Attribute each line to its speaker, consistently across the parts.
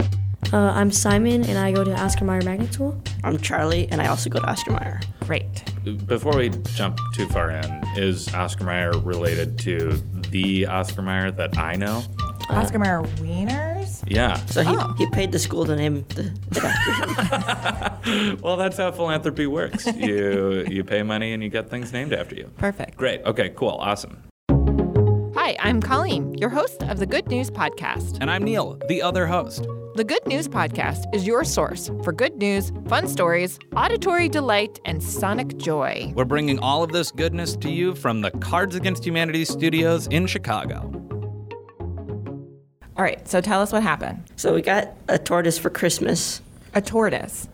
Speaker 1: Uh, I'm Simon, and I go to Oscar Mayer Magnet School.
Speaker 2: I'm Charlie, and I also go to Oscar Mayer.
Speaker 3: Great.
Speaker 4: Before we jump too far in, is Oscar Mayer related to the Oscar Mayer that I know?
Speaker 3: Oscar Mayer Wieners?
Speaker 4: Yeah.
Speaker 2: So he,
Speaker 3: Oh.
Speaker 2: he paid the school to name the, the doctor.
Speaker 4: Well, that's how philanthropy works. you you pay money and you get things named after you.
Speaker 3: Perfect.
Speaker 4: Great. Okay. Cool. Awesome.
Speaker 5: Hi, I'm Colleen, your host of the Good News Podcast.
Speaker 6: And I'm Neil, the other host.
Speaker 5: The Good News Podcast is your source for good news, fun stories, auditory delight, and sonic joy.
Speaker 6: We're bringing all of this goodness to you from the Cards Against Humanity studios in Chicago.
Speaker 3: All right, so tell us what happened.
Speaker 2: so we got a tortoise for Christmas.
Speaker 3: A tortoise.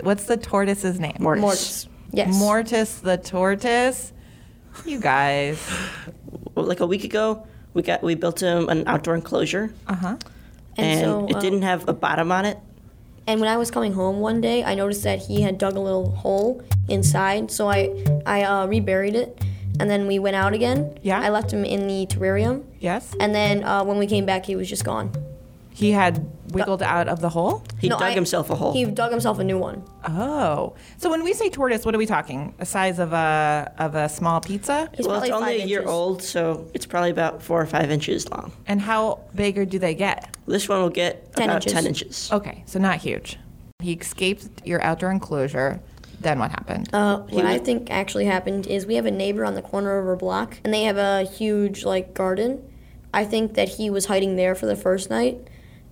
Speaker 3: What's the tortoise's name?
Speaker 2: Mortis.
Speaker 1: Yes.
Speaker 3: Mortis the tortoise? You guys.
Speaker 2: Well, like a week ago, we got we built him an outdoor enclosure,
Speaker 3: Uh huh.
Speaker 2: and
Speaker 1: Uh-huh. so,
Speaker 2: it
Speaker 1: uh,
Speaker 2: didn't have a bottom on it.
Speaker 1: And when I was coming home one day, I noticed that he had dug a little hole inside, so I I uh, reburied it, and then we went out again.
Speaker 3: Yeah.
Speaker 1: I left him in the terrarium,
Speaker 3: Yes.
Speaker 1: and then uh, when we came back, he was just gone.
Speaker 3: He had wiggled out of the hole.
Speaker 2: He
Speaker 1: No,
Speaker 2: dug
Speaker 1: I-
Speaker 2: himself a hole.
Speaker 1: He dug himself a new one.
Speaker 3: Oh. So when we say tortoise, what are we talking? A size of a of a small pizza?
Speaker 1: He's
Speaker 2: well, it's
Speaker 1: probably
Speaker 2: only a
Speaker 1: five
Speaker 2: year
Speaker 1: inches.
Speaker 2: old, so it's probably about four or five inches long.
Speaker 3: And how big or do they get?
Speaker 2: This one will get
Speaker 1: 10
Speaker 2: about
Speaker 1: inches.
Speaker 2: ten inches.
Speaker 3: Okay, so not huge. He escaped your outdoor enclosure. Then what happened?
Speaker 1: Uh, what I think actually happened is we have a neighbor on the corner of our block, and they have a huge like garden. I think that he was hiding there for the first night,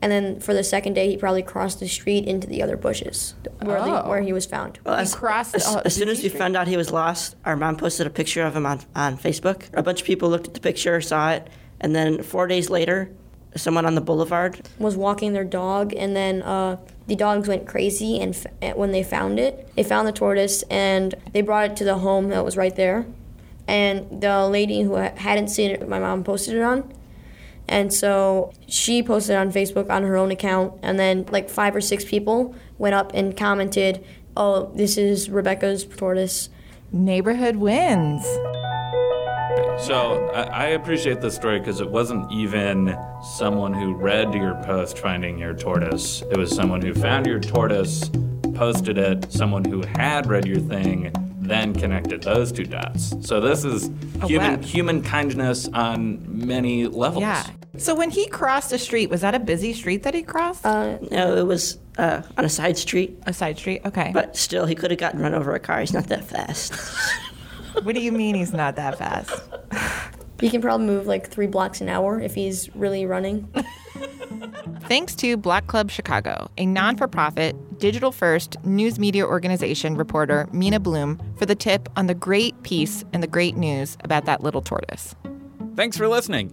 Speaker 1: and then for the second day, he probably crossed the street into the other bushes where, the,
Speaker 3: Oh.
Speaker 1: where he was found.
Speaker 2: Well,
Speaker 3: He
Speaker 2: as,
Speaker 3: crossed
Speaker 2: as,
Speaker 3: a
Speaker 2: as soon as we
Speaker 3: busy street.
Speaker 2: found out he was lost, our mom posted a picture of him on, on Facebook. A bunch of people looked at the picture, saw it, and then four days later, someone on the boulevard
Speaker 1: was walking their dog, and then uh, the dogs went crazy. And f- when they found it, they found the tortoise, and they brought it to the home that was right there. And the lady who ha- hadn't seen it, my mom posted it on, and so she posted it on Facebook on her own account. And then like five or six people went up and commented, "Oh, this is Rebecca's tortoise."
Speaker 3: Neighborhood wins.
Speaker 4: So I, I appreciate this story because it wasn't even someone who read your post finding your tortoise. It was someone who found your tortoise, posted it. Someone who had read your thing, then connected those two dots. So this is human
Speaker 3: web.
Speaker 4: human kindness on many levels.
Speaker 3: Yeah. So when he crossed a street, was that a busy street that he crossed?
Speaker 2: No, it was uh, on a side street,
Speaker 3: a side street? Okay.
Speaker 2: but still, he could have gotten run over a car. He's not that fast.
Speaker 3: what do you mean he's not that fast?
Speaker 1: He can probably move like three blocks an hour if he's really running.
Speaker 5: Thanks to Black Club Chicago, a non for profit, digital first news media organization reporter Mina Bloom for the tip on the great piece and the great news about that little tortoise.
Speaker 6: Thanks for listening.